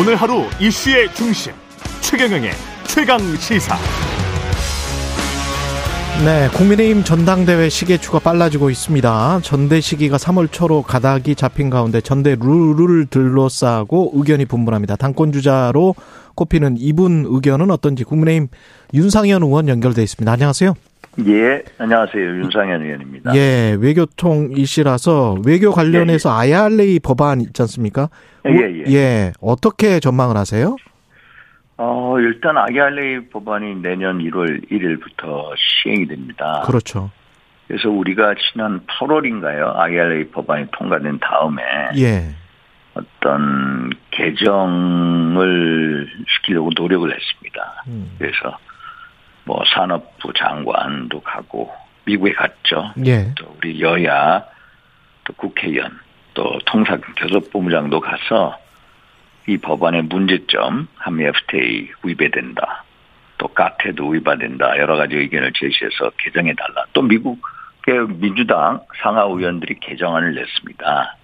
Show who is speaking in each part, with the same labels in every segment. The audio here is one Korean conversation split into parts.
Speaker 1: 오늘 하루 이슈의 중심 최경영의 최강 시사.
Speaker 2: 네, 국민의힘 전당대회 시계추가 빨라지고 있습니다. 전대 시기가 3월 초로 가닥이 잡힌 가운데 전대 룰을 둘러싸고 의견이 분분합니다. 당권 주자로 꼽히는 이분 의견은 어떤지 국민의힘 윤상현 의원 연결돼 있습니다. 안녕하세요.
Speaker 3: 예, 안녕하세요. 윤상현 의원입니다.
Speaker 2: 예, 외교통이시라서 외교 관련해서 IRA 법안 있지 않습니까?
Speaker 3: 예, 예.
Speaker 2: 예, 어떻게 전망을 하세요?
Speaker 3: 어, 일단 아기알레이 법안이 내년 1월 1일부터 시행이 됩니다.
Speaker 2: 그렇죠.
Speaker 3: 그래서 우리가 지난 8월인가요? 아기알레이 법안이 통과된 다음에
Speaker 2: 예.
Speaker 3: 어떤 개정을 시키려고 노력을 했습니다.
Speaker 2: 음.
Speaker 3: 그래서 뭐 산업부 장관도 가고 미국에 갔죠.
Speaker 2: 예.
Speaker 3: 또 우리 여야 또 국회의원 또 통상교섭본부장도 가서 이 법안의 문제점 한미 FTA 위배된다 또 카테도 위반된다 여러 가지 의견을 제시해서 개정해 달라 또 미국의 민주당 상하 의원들이 개정안을 냈습니다.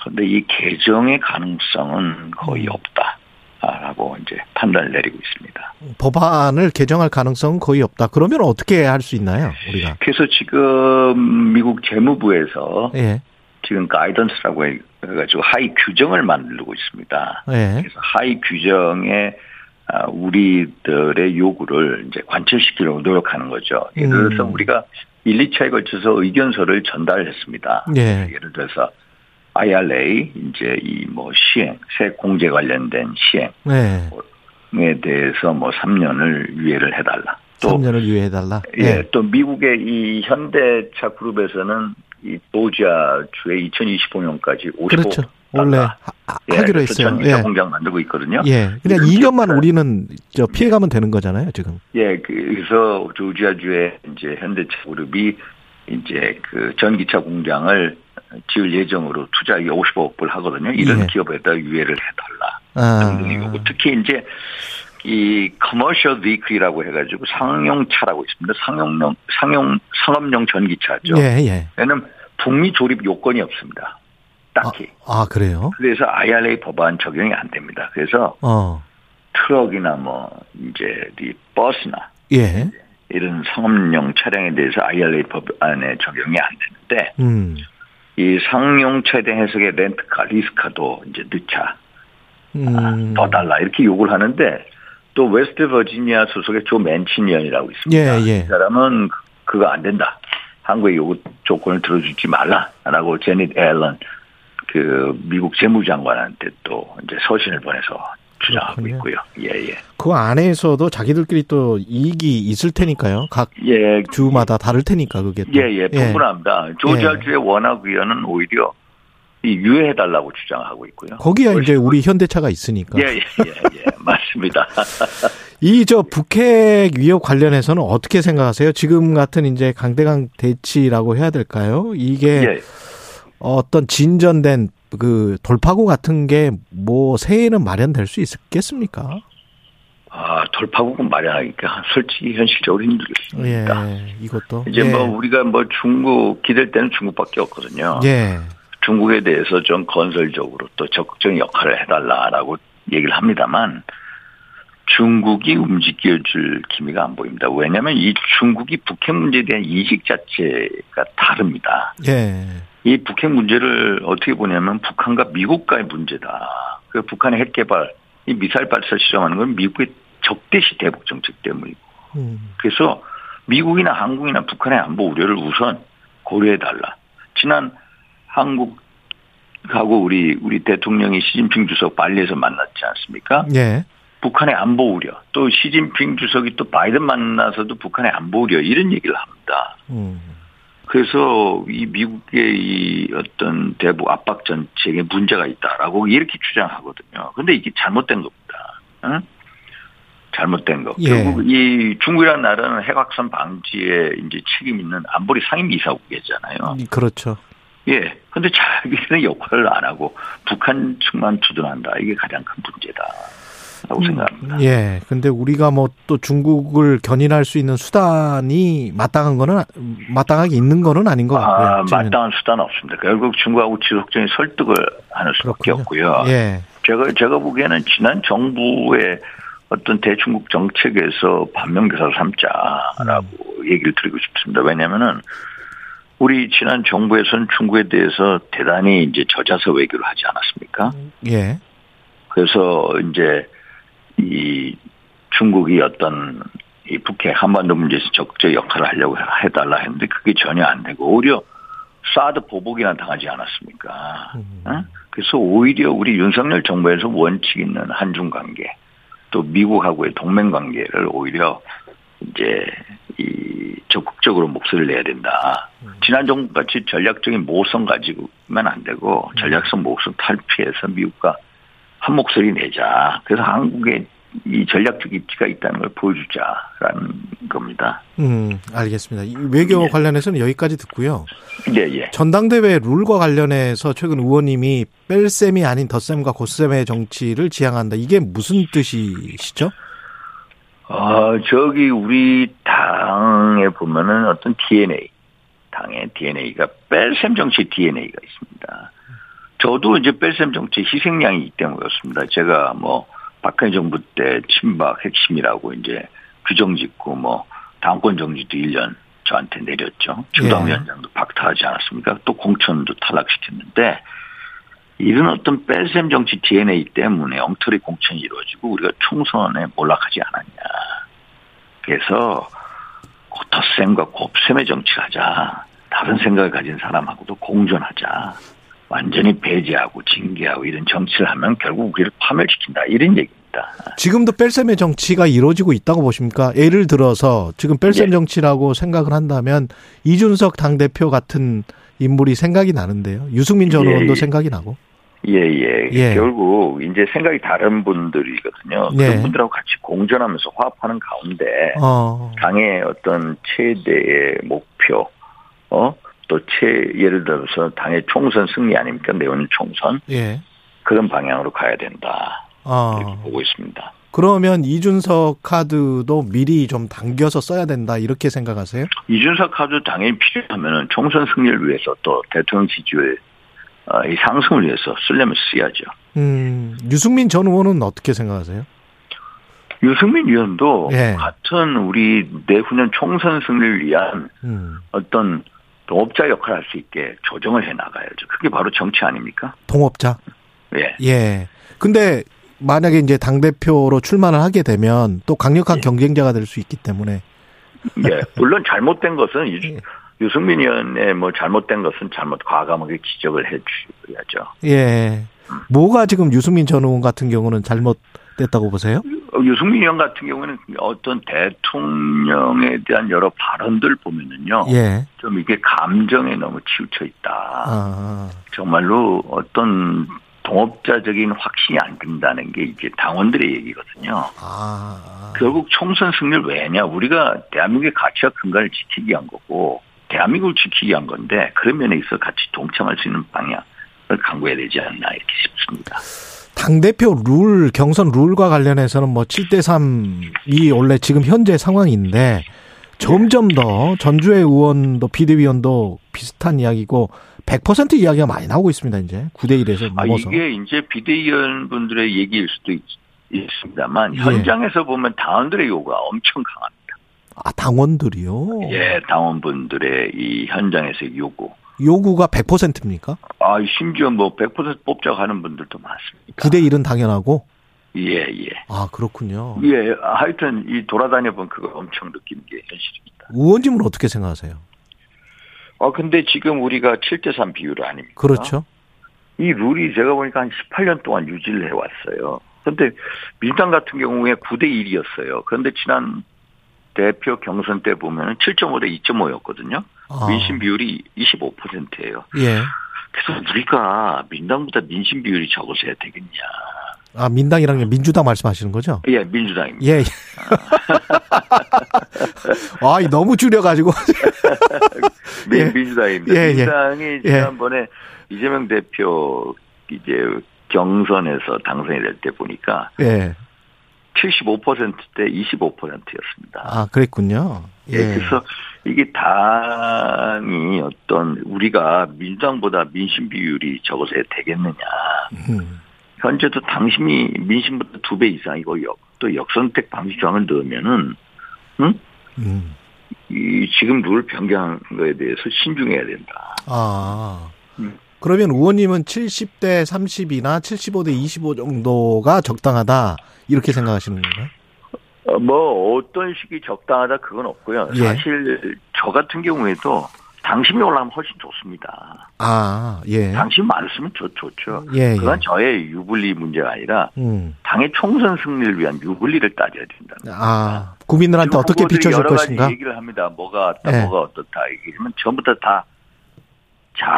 Speaker 3: 그런데 이 개정의 가능성은 거의 없다라고 이제 판단을 내리고 있습니다.
Speaker 2: 법안을 개정할 가능성은 거의 없다. 그러면 어떻게 할 수 있나요? 우리가.
Speaker 3: 그래서 지금 미국 재무부에서
Speaker 2: 예.
Speaker 3: 지금 가이던스라고 해- 해가지고 하위 규정을 만들고 있습니다.
Speaker 2: 예.
Speaker 3: 그래서 하위 규정에 아, 우리들의 요구를 이제 관철시키려고 노력하는 거죠. 예를 들어서
Speaker 2: 음.
Speaker 3: 우리가 1, 2차에 걸쳐서 의견서를 전달했습니다.
Speaker 2: 예.
Speaker 3: 예를 들어서 IRA 이제 이 뭐 시행 세액 공제 관련된 시행에
Speaker 2: 네.
Speaker 3: 대해서 뭐 3년을 유예를 해달라. 또
Speaker 2: 3년을 네. 유예해달라.
Speaker 3: 예, 또 미국의 이 현대차 그룹에서는 이 노지아 주에 2025년까지 55
Speaker 2: 그렇죠. 원래 하, 하-
Speaker 3: 예,
Speaker 2: 하기로
Speaker 3: 그래서
Speaker 2: 했어요.
Speaker 3: 전기차
Speaker 2: 예.
Speaker 3: 공장 만들고 있거든요.
Speaker 2: 예. 그냥
Speaker 3: 이런
Speaker 2: 2년만
Speaker 3: 기업들은-
Speaker 2: 우리는 저 피해가면 되는 거잖아요, 지금.
Speaker 3: 예, 그- 그래서 조지아 주에 이제 현대차 그룹이 이제 그 전기차 공장을 지을 예정으로 투자액이 55억 불 하거든요. 이런
Speaker 2: 예.
Speaker 3: 기업에다 유예를 해달라
Speaker 2: 아.
Speaker 3: 등등이 거고 특히 이제 이 커머셜 비클이라고 해가지고 상용차라고 있습니다. 상용용 상용 상업용 전기차죠.
Speaker 2: 예, 예.
Speaker 3: 얘는 북미 조립 요건이 없습니다. 딱히.
Speaker 2: 아, 그래요?
Speaker 3: 그래서 IRA 법안 적용이 안 됩니다. 그래서
Speaker 2: 어.
Speaker 3: 트럭이나 뭐 이제 이 버스나
Speaker 2: 예.
Speaker 3: 이런 상업용 차량에 대해서 IRA 법안에 적용이 안 되는데
Speaker 2: 음.
Speaker 3: 이 상용차에 대한 해석에 렌트카, 리스카도 이제 늦차
Speaker 2: 음.
Speaker 3: 아, 더 달라 이렇게 요구를 하는데 또 웨스트 버지니아 소속의 조 맨치니언이라고 있습니다.
Speaker 2: 예, 예.
Speaker 3: 이 사람은 그- 그거 안 된다. 한국의 요구 조건을 들어주지 말라라고 제닛 앨런 그 미국 재무장관한테 또 이제 서신을 보내서 주장하고
Speaker 2: 그렇군요.
Speaker 3: 있고요. 예예.
Speaker 2: 그 안에서도 자기들끼리 또 이익이 있을 테니까요. 각
Speaker 3: 예.
Speaker 2: 주마다 다를 테니까 그게 또.
Speaker 3: 예예. 분분합니다. 조지아주의 원학 의원은 오히려 이 유예해달라고 주장하고 있고요.
Speaker 2: 거기야 이제 우리 현대차가 있으니까.
Speaker 3: 예예예. 예, 맞습니다.
Speaker 2: 이 저 북핵 위협 관련해서는 어떻게 생각하세요? 지금 같은 이제 강대강 대치라고 해야 될까요? 이게
Speaker 3: 예.
Speaker 2: 어떤 진전된 그 돌파구 같은 게 뭐 새해에는 마련될 수 있겠습니까?
Speaker 3: 아, 돌파구는 마련하니까 솔직히 현실적으로
Speaker 2: 예,
Speaker 3: 힘들겠습니다.
Speaker 2: 이것도
Speaker 3: 이제
Speaker 2: 예.
Speaker 3: 뭐 우리가 뭐 중국 기댈 때는 중국밖에 없거든요.
Speaker 2: 예,
Speaker 3: 중국에 대해서 좀 건설적으로 또 적극적인 역할을 해달라라고 얘기를 합니다만 중국이 움직여줄 기미가 안 보입니다. 왜냐하면 이 중국이 북핵 문제에 대한 인식 자체가 다릅니다.
Speaker 2: 예,
Speaker 3: 이 북핵 문제를 어떻게 보냐면 북한과 미국과의 문제다. 그 북한의 핵 개발, 이 미사일 발사 시정하는 건 미국의 적대시 대북 정책 때문이고.
Speaker 2: 음,
Speaker 3: 그래서 미국이나 한국이나 북한의 안보 우려를 우선 고려해 달라. 지난 한국하고 우리 우리 대통령이 시진핑 주석 발리에서 만났지 않습니까?
Speaker 2: 예,
Speaker 3: 북한의 안보 우려. 또 시진핑 주석이 또 바이든 만나서도 북한의 안보 우려 이런 얘기를 합니다.
Speaker 2: 음,
Speaker 3: 그래서 이 미국의 이 어떤 대북 압박 정책에 문제가 있다라고 이렇게 주장하거든요. 근데 이게 잘못된 겁니다. 응? 잘못된 거.
Speaker 2: 예.
Speaker 3: 결국 이 중국이라는 나라는 핵확산 방지에 이제 책임 있는 안보리 상임이사국이잖아요.
Speaker 2: 그렇죠.
Speaker 3: 예. 근데 자기들은 역할을 안 하고 북한 측만 두둔한다. 이게 가장 큰 문제다.
Speaker 2: 음.
Speaker 3: 라고 생각합니다.
Speaker 2: 예, 근데 우리가 뭐 또 중국을 견인할 수 있는 수단이 마땅한 거는 마땅하게 있는 거는 아닌 네. 것 같고요.
Speaker 3: 아,
Speaker 2: 지금은.
Speaker 3: 마땅한 수단은 없습니다. 결국 중국하고 지속적인 설득을 하는 수밖에
Speaker 2: 그렇군요.
Speaker 3: 없고요.
Speaker 2: 예,
Speaker 3: 제가 제가 보기에는 지난 정부의 어떤 대중국 정책에서 반면교사를 삼자라고 얘기를 드리고 싶습니다. 왜냐면은 우리 지난 정부에서는 중국에 대해서 대단히 이제 저자서 외교를 하지 않았습니까?
Speaker 2: 예.
Speaker 3: 그래서 이제 이 중국이 어떤 이 북핵 한반도 문제에서 적재 역할을 하려고 해달라 했는데 그게 전혀 안 되고 오히려 사드 보복이나 당하지 않았습니까?
Speaker 2: 음,
Speaker 3: 응? 어? 그래서 오히려 우리 윤석열 정부에서 원칙 있는 한중 관계 또 미국하고의 동맹 관계를 오히려 이제 이 적극적으로 목소리를 내야 된다. 지난 정부 같이 전략적인 모성 가지고만 안 되고 전략성 모성 탈피해서 미국과 한 목소리 내자. 그래서 한국에 이 전략적 입지가 있다는 걸 보여주자라는 겁니다.
Speaker 2: 음, 알겠습니다. 이 외교
Speaker 3: 예.
Speaker 2: 관련해서는 여기까지 듣고요.
Speaker 3: 예, 예.
Speaker 2: 전당대회 룰과 관련해서 최근 의원님이 뺄셈이 아닌 덧셈과 곧셈의 정치를 지향한다. 이게 무슨 뜻이시죠?
Speaker 3: 어, 저기 우리 당에 보면은 어떤 DNA, 당의 DNA가 뺄셈 정치 DNA가 있습니다. 저도 이제 뺄셈 정치 희생양이기 때문이었습니다. 제가 뭐 박근혜 정부 때 친박 핵심이라고 이제 규정 짓고 뭐 당권 정지도 1년 저한테 내렸죠. 중당위원장도 박탈하지 않았습니까? 또 공천도 탈락시켰는데 이런 어떤 뺄셈 정치 DNA 때문에 엉터리 공천이 이루어지고 우리가 총선에 몰락하지 않았냐. 그래서 덧셈과 곱셈의 정치를 하자. 다른 생각을 가진 사람하고도 공존하자. 완전히 배제하고 징계하고 이런 정치를 하면 결국 우리를 파멸시킨다. 이런 얘기입니다.
Speaker 2: 지금도 뺄셈의 정치가 이루어지고 있다고 보십니까? 예를 들어서 지금 뺄셈
Speaker 3: 예.
Speaker 2: 정치라고 생각을 한다면 이준석 당대표 같은 인물이 생각이 나는데요. 유승민 전
Speaker 3: 예,
Speaker 2: 의원도
Speaker 3: 예.
Speaker 2: 생각이 나고.
Speaker 3: 예, 예,
Speaker 2: 예.
Speaker 3: 결국 이제 생각이 다른 분들이거든요.
Speaker 2: 예.
Speaker 3: 그런 분들하고 같이 공존하면서 화합하는 가운데
Speaker 2: 어.
Speaker 3: 당의 어떤 최대의 목표, 어? 또 최, 예를 들어서 당의 총선 승리 아닙니까? 내년 총선?
Speaker 2: 예.
Speaker 3: 그런 방향으로 가야 된다. 이렇게
Speaker 2: 어.
Speaker 3: 보고 있습니다.
Speaker 2: 그러면 이준석 카드도 미리 좀 당겨서 써야 된다 이렇게 생각하세요?
Speaker 3: 이준석 카드 당연히 필요하면 총선 승리를 위해서 또 대통령 지지율 어, 이 상승을 위해서 쓰려면 쓰야죠.
Speaker 2: 음, 유승민 전 의원은 어떻게 생각하세요?
Speaker 3: 유승민 위원도
Speaker 2: 예.
Speaker 3: 같은 우리 내후년 총선 승리를 위한
Speaker 2: 음,
Speaker 3: 어떤 업자 역할을 할 수 있게 조정을 해 나가야죠. 그게 바로 정치 아닙니까?
Speaker 2: 동업자.
Speaker 3: 예.
Speaker 2: 예. 근데 만약에 이제 당 대표로 출마를 하게 되면 또 강력한 경쟁자가 될 수 있기 때문에
Speaker 3: 예, 물론 잘못된 것은
Speaker 2: 예.
Speaker 3: 유, 유승민 의원의 뭐 잘못된 것은 잘못 과감하게 지적을 해 주셔야죠.
Speaker 2: 예. 뭐가 지금 유승민 전 의원 같은 경우는 잘못됐다고 보세요?
Speaker 3: 어, 유승민 의원 같은 경우에는 어떤 대통령에 대한 여러 발언들 보면은요,
Speaker 2: 예.
Speaker 3: 좀 이게 감정에 너무 치우쳐 있다.
Speaker 2: 아,
Speaker 3: 정말로 어떤 동업자적인 확신이 안 든다는 게 이제 당원들의 얘기거든요.
Speaker 2: 아.
Speaker 3: 결국 총선 승리를 왜냐? 우리가 대한민국의 가치와 근간을 지키기 위한 거고, 대한민국을 지키기 위한 건데, 그런 면에 있어 같이 동참할 수 있는 방향을 강구해야 되지 않나, 이렇게 싶습니다.
Speaker 2: 당대표 룰, 경선 룰과 관련해서는 뭐 7대3이 원래 지금 현재 상황인데 점점 더 전주의 의원도 비대위원도 비슷한 이야기고 100% 이야기가 많이 나오고 있습니다, 이제. 9대1에서
Speaker 3: 아,
Speaker 2: 넘어서.
Speaker 3: 이게 이제 비대위원분들의 얘기일 수도 있, 습니다만
Speaker 2: 예.
Speaker 3: 현장에서 보면 당원들의 요구가 엄청 강합니다.
Speaker 2: 아, 당원들이요?
Speaker 3: 예, 당원분들의 이 현장에서의 요구.
Speaker 2: 요구가 100%입니까?
Speaker 3: 아, 심지어 뭐 100% 뽑자고 하는 분들도 많습니다.
Speaker 2: 9대1은 당연하고?
Speaker 3: 예, 예.
Speaker 2: 아, 그렇군요.
Speaker 3: 예, 하여튼 이 돌아다녀 본 그걸 엄청 느끼는 게 현실입니다.
Speaker 2: 의원님은 어떻게 생각하세요?
Speaker 3: 아, 근데 지금 우리가 7대3 비율 아닙니까?
Speaker 2: 그렇죠.
Speaker 3: 이 룰이 제가 보니까 한 18년 동안 유지를 해왔어요. 그런데 민주당 같은 경우에 9대1이었어요. 그런데 지난 대표 경선 때 보면 7.5대 2.5였거든요.
Speaker 2: 아,
Speaker 3: 민심 비율이 25%예요.
Speaker 2: 예.
Speaker 3: 그래서 우리가 민당보다 민심 비율이 적어서야 되겠냐.
Speaker 2: 아, 민당이랑 민주당 말씀하시는 거죠?
Speaker 3: 예, 민주당입니다.
Speaker 2: 예. 아, 이 너무 줄여가지고.
Speaker 3: 네,
Speaker 2: 예.
Speaker 3: 민주당입니다.
Speaker 2: 예, 예.
Speaker 3: 민주당이 지난번에 이재명 대표 이제 경선에서 당선이 될 때 보니까
Speaker 2: 예.
Speaker 3: 75%대 25%였습니다.
Speaker 2: 아, 그랬군요. 예.
Speaker 3: 네, 그래서 이게 당이 어떤 우리가 민주당보다 민심 비율이 적어서 되겠느냐.
Speaker 2: 음.
Speaker 3: 현재도 당신이 민심보다 두 배 이상이고 역, 또 역선택 방식상을 넣으면은 응?
Speaker 2: 음.
Speaker 3: 이 지금 룰 변경한 거에 대해서 신중해야 된다.
Speaker 2: 아.
Speaker 3: 음.
Speaker 2: 그러면 의원님은 70대 30이나 75대 25 정도가 적당하다 이렇게 생각하시는 건가요?
Speaker 3: 어, 뭐 어떤 식이 적당하다 그건 없고요.
Speaker 2: 예.
Speaker 3: 사실 저 같은 경우에도 당심이 올라가면 훨씬 좋습니다.
Speaker 2: 아, 예.
Speaker 3: 당심 많으면 좋, 좋죠.
Speaker 2: 예, 예.
Speaker 3: 그건 저의 유불리 문제가 아니라
Speaker 2: 음.
Speaker 3: 당의 총선 승리를 위한 유불리를 따져야 된다. 그
Speaker 2: 아, 국민들한테 어떻게
Speaker 3: 후보들이
Speaker 2: 비춰줄
Speaker 3: 여러 가지
Speaker 2: 것인가?
Speaker 3: 얘기를 합니다. 뭐가 어떻다,
Speaker 2: 예.
Speaker 3: 뭐가 어떻다 얘기하면 전부 다, 다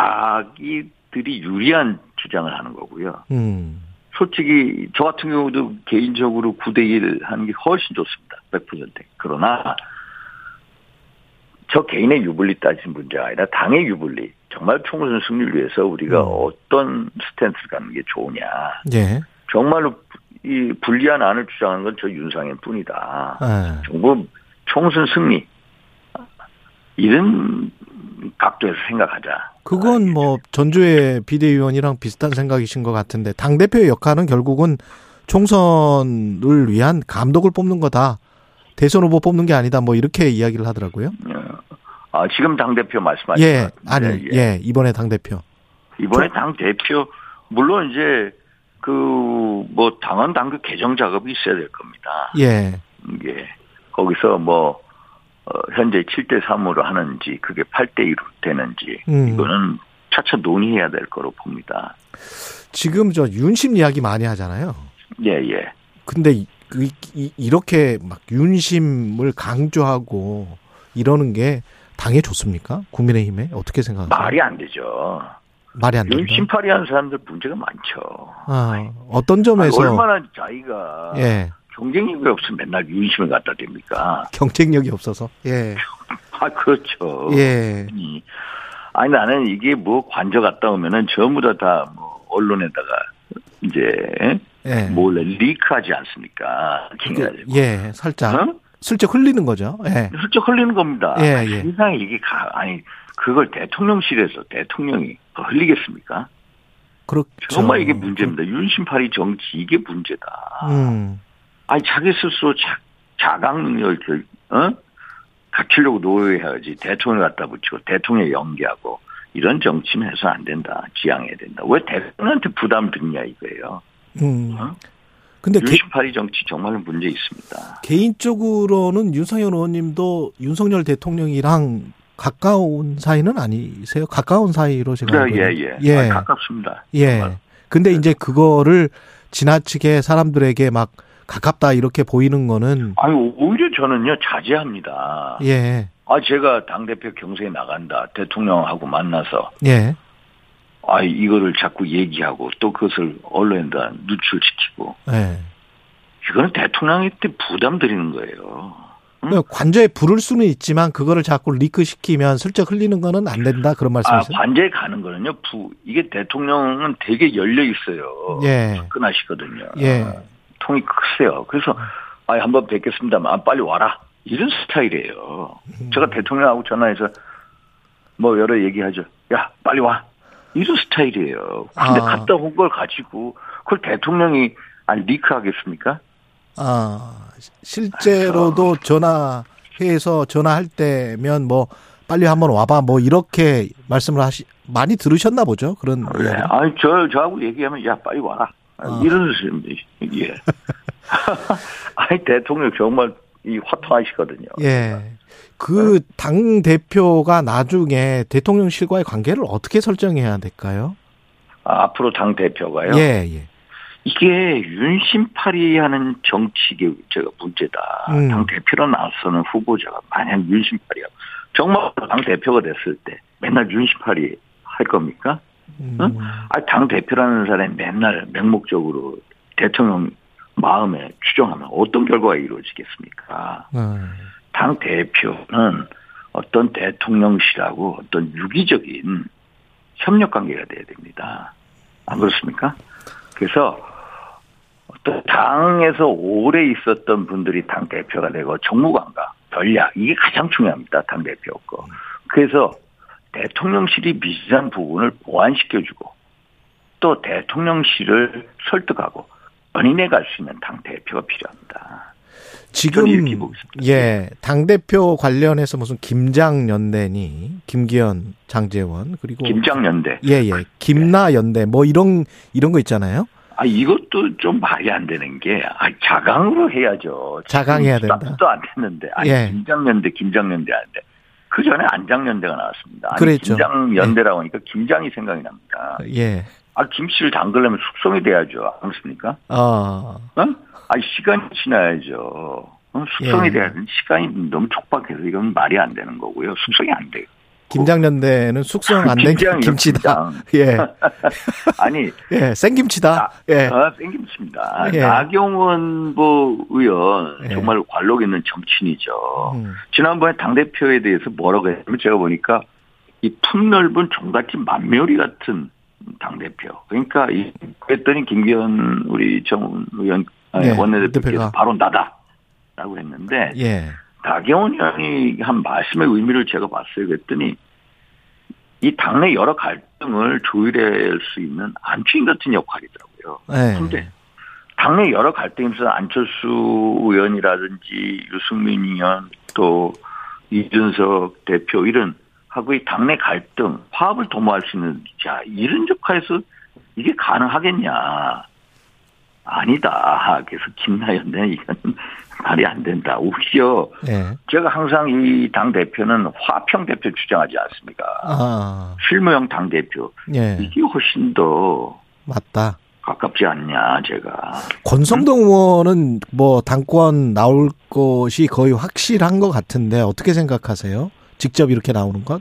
Speaker 3: 자기들이 유리한 주장을 하는 거고요.
Speaker 2: 음.
Speaker 3: 솔직히 저 같은 경우도 개인적으로 9대1 하는 게 훨씬 좋습니다. 100%. 그러나 저 개인의 유불리 따지는 문제가 아니라 당의 유불리. 정말 총선 승리를 위해서 우리가
Speaker 2: 음.
Speaker 3: 어떤 스탠스를 갖는 게 좋으냐.
Speaker 2: 예.
Speaker 3: 정말로 이 불리한 안을 주장하는 건 저 윤상현 뿐이다.
Speaker 2: 아,
Speaker 3: 정부 총선 승리 이런 각도에서 생각하자.
Speaker 2: 그건
Speaker 3: 아, 예,
Speaker 2: 뭐 전주의 비대위원이랑 비슷한 생각이신 것 같은데 당 대표의 역할은 결국은 총선을 위한 감독을 뽑는 거다. 대선 후보 뽑는 게 아니다. 뭐 이렇게 이야기를 하더라고요.
Speaker 3: 아 지금 당 대표 말씀하신
Speaker 2: 예,
Speaker 3: 것
Speaker 2: 아니,
Speaker 3: 같은데, 예.
Speaker 2: 예, 이번에 당 대표.
Speaker 3: 이번에 당 대표 물론 이제 그 뭐 당원 당규 개정 작업이 있어야 될 겁니다.
Speaker 2: 예,
Speaker 3: 이게 거기서 뭐 어, 현재 7대 3으로 하는지 그게 8대 2로 되는지
Speaker 2: 음.
Speaker 3: 이거는 차차 논의해야 될 거로 봅니다.
Speaker 2: 지금 저 윤심 이야기 많이 하잖아요.
Speaker 3: 예 예.
Speaker 2: 근데 이- 이- 이- 이렇게 막 윤심을 강조하고 이러는 게 당에 좋습니까? 국민의힘에 어떻게 생각하세요?
Speaker 3: 말이 안 되죠.
Speaker 2: 말이 안 된다.
Speaker 3: 윤심파리한 사람들 문제가 많죠.
Speaker 2: 아, 어떤 점에서
Speaker 3: 얼마나 자기가
Speaker 2: 예
Speaker 3: 경쟁력이 없으면 맨날 윤심을 갖다 댑니까?
Speaker 2: 경쟁력이 없어서 예
Speaker 3: 아 그렇죠.
Speaker 2: 예.
Speaker 3: 아니, 아니, 나는 이게 뭐 관저 갔다 오면은 전부 다다뭐 언론에다가 이제
Speaker 2: 예.
Speaker 3: 몰래 리크하지 않습니까? 킹해가지고.
Speaker 2: 예, 살짝
Speaker 3: 어? 아,
Speaker 2: 슬쩍 흘리는 거죠. 예.
Speaker 3: 슬쩍 흘리는 겁니다.
Speaker 2: 예, 예.
Speaker 3: 세상에 이게 가, 아니 그걸 대통령실에서 대통령이 흘리겠습니까?
Speaker 2: 그렇죠.
Speaker 3: 정말 이게 문제입니다. 윤심파리 정치 이게 문제다.
Speaker 2: 음.
Speaker 3: 아니 자기 스스로 자, 자강 능력을 결, 어? 갖추려고 노력해야지 대통령 갖다 붙이고 대통령 연기하고 이런 정치는 해서 안 된다 지양해야 된다 왜 대통령한테 부담 듣냐 이거예요
Speaker 2: 음.
Speaker 3: 어?
Speaker 2: 근데 개,
Speaker 3: 윤심파리 정치 정말 문제 있습니다
Speaker 2: 개인적으로는 윤석열 의원님도 윤석열 대통령이랑 가까운 사이는 아니세요? 가까운 사이로 제가 알고
Speaker 3: 예예예 아,
Speaker 2: 있는- 예.
Speaker 3: 가깝습니다
Speaker 2: 예.
Speaker 3: 정말. 네.
Speaker 2: 근데 이제 그거를 지나치게 사람들에게 막 가깝다 이렇게 보이는 거는
Speaker 3: 아니 오히려 저는요 자제합니다
Speaker 2: 예.
Speaker 3: 아 제가 당 대표 경선에 나간다 대통령하고 만나서
Speaker 2: 예.
Speaker 3: 아 이거를 자꾸 얘기하고 또 그것을 언론에다 누출시키고
Speaker 2: 예.
Speaker 3: 이거는 대통령한테 부담 드리는 거예요.
Speaker 2: 그러니까 관저에 불을 수는 있지만 그거를 자꾸 리크시키면 슬쩍 흘리는 거는 안 된다 그런
Speaker 3: 아,
Speaker 2: 말씀이세요?
Speaker 3: 관제에 가는 거는요, 부, 이게 대통령은 되게 열려 있어요. 아,
Speaker 2: 예.
Speaker 3: 끈하시거든요.
Speaker 2: 예. 음.
Speaker 3: 통이 크세요. 그래서, 아, 한번 뵙겠습니다만, 아, 빨리 와라. 이런 스타일이에요.
Speaker 2: 음.
Speaker 3: 제가 대통령하고 전화해서 뭐 여러 얘기하죠. 야, 빨리 와. 이런 스타일이에요. 근데
Speaker 2: 아.
Speaker 3: 갔다 온 걸 가지고, 그걸 대통령이, 아니, 리크하겠습니까?
Speaker 2: 아, 실제로도 전화해서 전화할 때면 뭐 빨리 한번 와봐 뭐 이렇게 말씀을 하시 많이 들으셨나 보죠 그런
Speaker 3: 예.
Speaker 2: 이야기.
Speaker 3: 아니, 저, 저하고 얘기하면, 야, 빨리 와라.
Speaker 2: 네. 아.
Speaker 3: 이러시면, 예. 아니, 대통령 정말 이 화통하시거든요.
Speaker 2: 예.
Speaker 3: 아, 네.
Speaker 2: 그 당 대표가 나중에 대통령실과의 관계를 어떻게 설정해야 될까요?
Speaker 3: 아, 앞으로 당대표가요.
Speaker 2: 예, 예.
Speaker 3: 이게 윤심팔이 하는 정치계 제가 문제다.
Speaker 2: 음.
Speaker 3: 당대표로 나서는 후보자가 만약 윤심팔이야. 정말 당대표가 됐을 때 맨날 윤심팔이 할 겁니까?
Speaker 2: 음,
Speaker 3: 응? 아, 당대표라는 사람이 맨날 맹목적으로 대통령 마음에 추종하면 어떤 결과가 이루어지겠습니까?
Speaker 2: 음.
Speaker 3: 당 대표는 어떤 대통령실하고 어떤 유기적인 협력 관계가 돼야 됩니다. 안 그렇습니까? 그래서 어떤 당에서 오래 있었던 분들이 당 대표가 되고 정무관과 전략 이게 가장 중요합니다. 당 대표 거. 그래서 대통령실이 미진한 부분을 보완시켜주고 또 대통령실을 설득하고 연인에 갈 수 있는 당 대표가 필요합니다.
Speaker 2: 지금
Speaker 3: 저는 이렇게 보고 있습니다.
Speaker 2: 예, 당 대표 관련해서 무슨 김장 연대니 김기현, 장재원 그리고
Speaker 3: 김장연대.
Speaker 2: 예, 예. 김나 연대 뭐 이런 이런 거 있잖아요.
Speaker 3: 아 이것도 좀 말이 안 되는 게 아, 자강으로 해야죠.
Speaker 2: 자강해야 된다.
Speaker 3: 도안 됐는데 아니
Speaker 2: 예.
Speaker 3: 김장연대 김장연대 하는데 그 전에 안장연대가 나왔습니다. 아니,
Speaker 2: 그랬죠.
Speaker 3: 김장연대라고 하니까 김장이 생각이 납니다.
Speaker 2: 예.
Speaker 3: 아 김치를 담그려면 숙성이 돼야죠. 않습니까?
Speaker 2: 어.
Speaker 3: 어? 아 시간이 지나야죠. 어? 숙성이
Speaker 2: 예.
Speaker 3: 돼야 되는 시간이 너무 촉박해서 이건 말이 안 되는 거고요. 숙성이 안 돼요.
Speaker 2: 김장 연대는 숙성 안 된
Speaker 3: 김장이요,
Speaker 2: 김치다.
Speaker 3: 김장.
Speaker 2: 예.
Speaker 3: 아니
Speaker 2: 예, 생김치다. 예.
Speaker 3: 아, 생김치입니다.
Speaker 2: 예.
Speaker 3: 나경원 뭐 의원
Speaker 2: 예.
Speaker 3: 정말 관록 있는 정치인이죠.
Speaker 2: 음.
Speaker 3: 지난번에 당 대표에 대해서 뭐라고 했냐면 제가 보니까 이 품넓은 종갓집 만묘리 같은 당 대표. 그러니까 이 그랬더니 김기현 우리 정 의원 아니,
Speaker 2: 네,
Speaker 3: 원내대표께서
Speaker 2: 대표가.
Speaker 3: 바로 나다라고 했는데
Speaker 2: 예.
Speaker 3: 나경원 의원이 한 말씀의 의미를 제가 봤어요. 그랬더니 이 당내 여러 갈등을 조율할 수 있는 안추인 같은 역할이더라고요.
Speaker 2: 예.
Speaker 3: 근데 네. 당내 여러 갈등에 있어서 안철수 의원이라든지 유승민 의원 또 이준석 대표 이런 하고 이 당내 갈등 화합을 도모할 수 있는 자 이런 역할에서 이게 가능하겠냐 아니다 그래서 김나연네 이건 말이 안 된다 오히려
Speaker 2: 예.
Speaker 3: 제가 항상 이 당 대표는 화평 대표 주장하지 않습니까
Speaker 2: 아.
Speaker 3: 실무형 당 대표
Speaker 2: 예.
Speaker 3: 이게 훨씬 더
Speaker 2: 맞다.
Speaker 3: 가깝지 않냐 제가
Speaker 2: 권성동 의원은 뭐 당권 나올 것이 거의 확실한 것 같은데 어떻게 생각하세요? 직접 이렇게 나오는 것?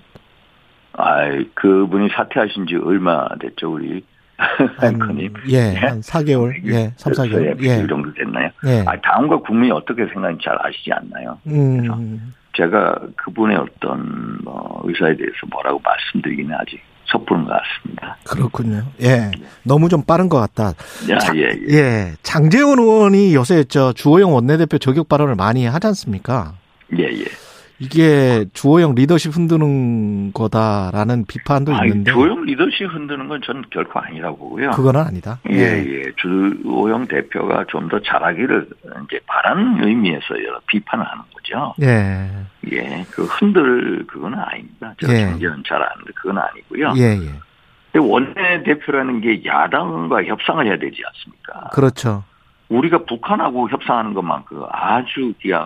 Speaker 3: 아이, 그분이 사퇴하신 지 얼마 됐죠, 우리
Speaker 2: 한-
Speaker 3: 앵커님?
Speaker 2: 예, 한 4개월, 예, 3, 4개월.
Speaker 3: 예.
Speaker 2: 예.
Speaker 3: 그 정도 됐나요?
Speaker 2: 예.
Speaker 3: 아, 당원과 국민이 어떻게 생각하는지 잘 아시지 않나요?
Speaker 2: 음,
Speaker 3: 제가 그분의 어떤 뭐 의사에 대해서 뭐라고 말씀드리기는 아직 섣부른 것 같습니다.
Speaker 2: 그렇군요. 예. 너무 좀 빠른 것 같다.
Speaker 3: 야,
Speaker 2: 자,
Speaker 3: 예, 예.
Speaker 2: 예. 장재원 의원이 요새 저 주호영 원내대표 저격 발언을 많이 하지 않습니까?
Speaker 3: 예, 예.
Speaker 2: 이게 주호영 리더십 흔드는 거다라는 비판도
Speaker 3: 아,
Speaker 2: 있는데
Speaker 3: 조용 리더십 흔드는 건 전 결코 아니라고 보고요.
Speaker 2: 그건 아니다.
Speaker 3: 예, 예. 주호영 대표가 좀 더 잘하기를 이제 바라는 의미에서 여러 비판을 하는 거죠.
Speaker 2: 예.
Speaker 3: 예, 그 흔들 그건 아닙니다. 제가
Speaker 2: 예.
Speaker 3: 정견은 잘 아는데 그건 아니고요.
Speaker 2: 예, 예.
Speaker 3: 근데 원내 대표라는 게 야당과 협상을 해야 되지 않습니까?
Speaker 2: 그렇죠.
Speaker 3: 우리가 북한하고 협상하는 것만큼 아주 그냥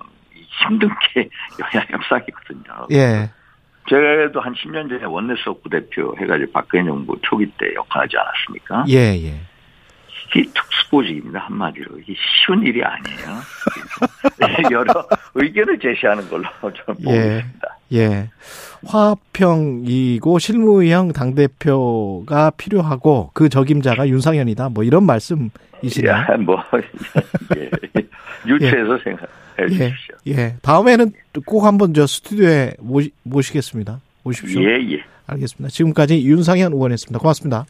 Speaker 3: 힘든 게 여야 협상이거든요.
Speaker 2: 예.
Speaker 3: 제가도 한 10년 전에 원내 수석 부대표 해가지고 박근혜 정부 초기 때 역할하지 않았습니까?
Speaker 2: 예, 예.
Speaker 3: 이게 특수보직입니다 한마디로 이게 쉬운 일이 아니에요. 그래서 여러 의견을 제시하는 걸로 저는 보고
Speaker 2: 예.
Speaker 3: 있습니다.
Speaker 2: 예. 화합형이고 실무형 당대표가 필요하고 그 적임자가 윤상현이다. 뭐 이런 말씀이시네요.
Speaker 3: 야, 뭐, 예. 유추해서 생각해
Speaker 2: 예.
Speaker 3: 주십시오.
Speaker 2: 예. 다음에는 꼭 한번 저 스튜디오에 모시, 모시겠습니다. 오십시오.
Speaker 3: 예, 예.
Speaker 2: 알겠습니다. 지금까지 윤상현 의원이었습니다. 고맙습니다.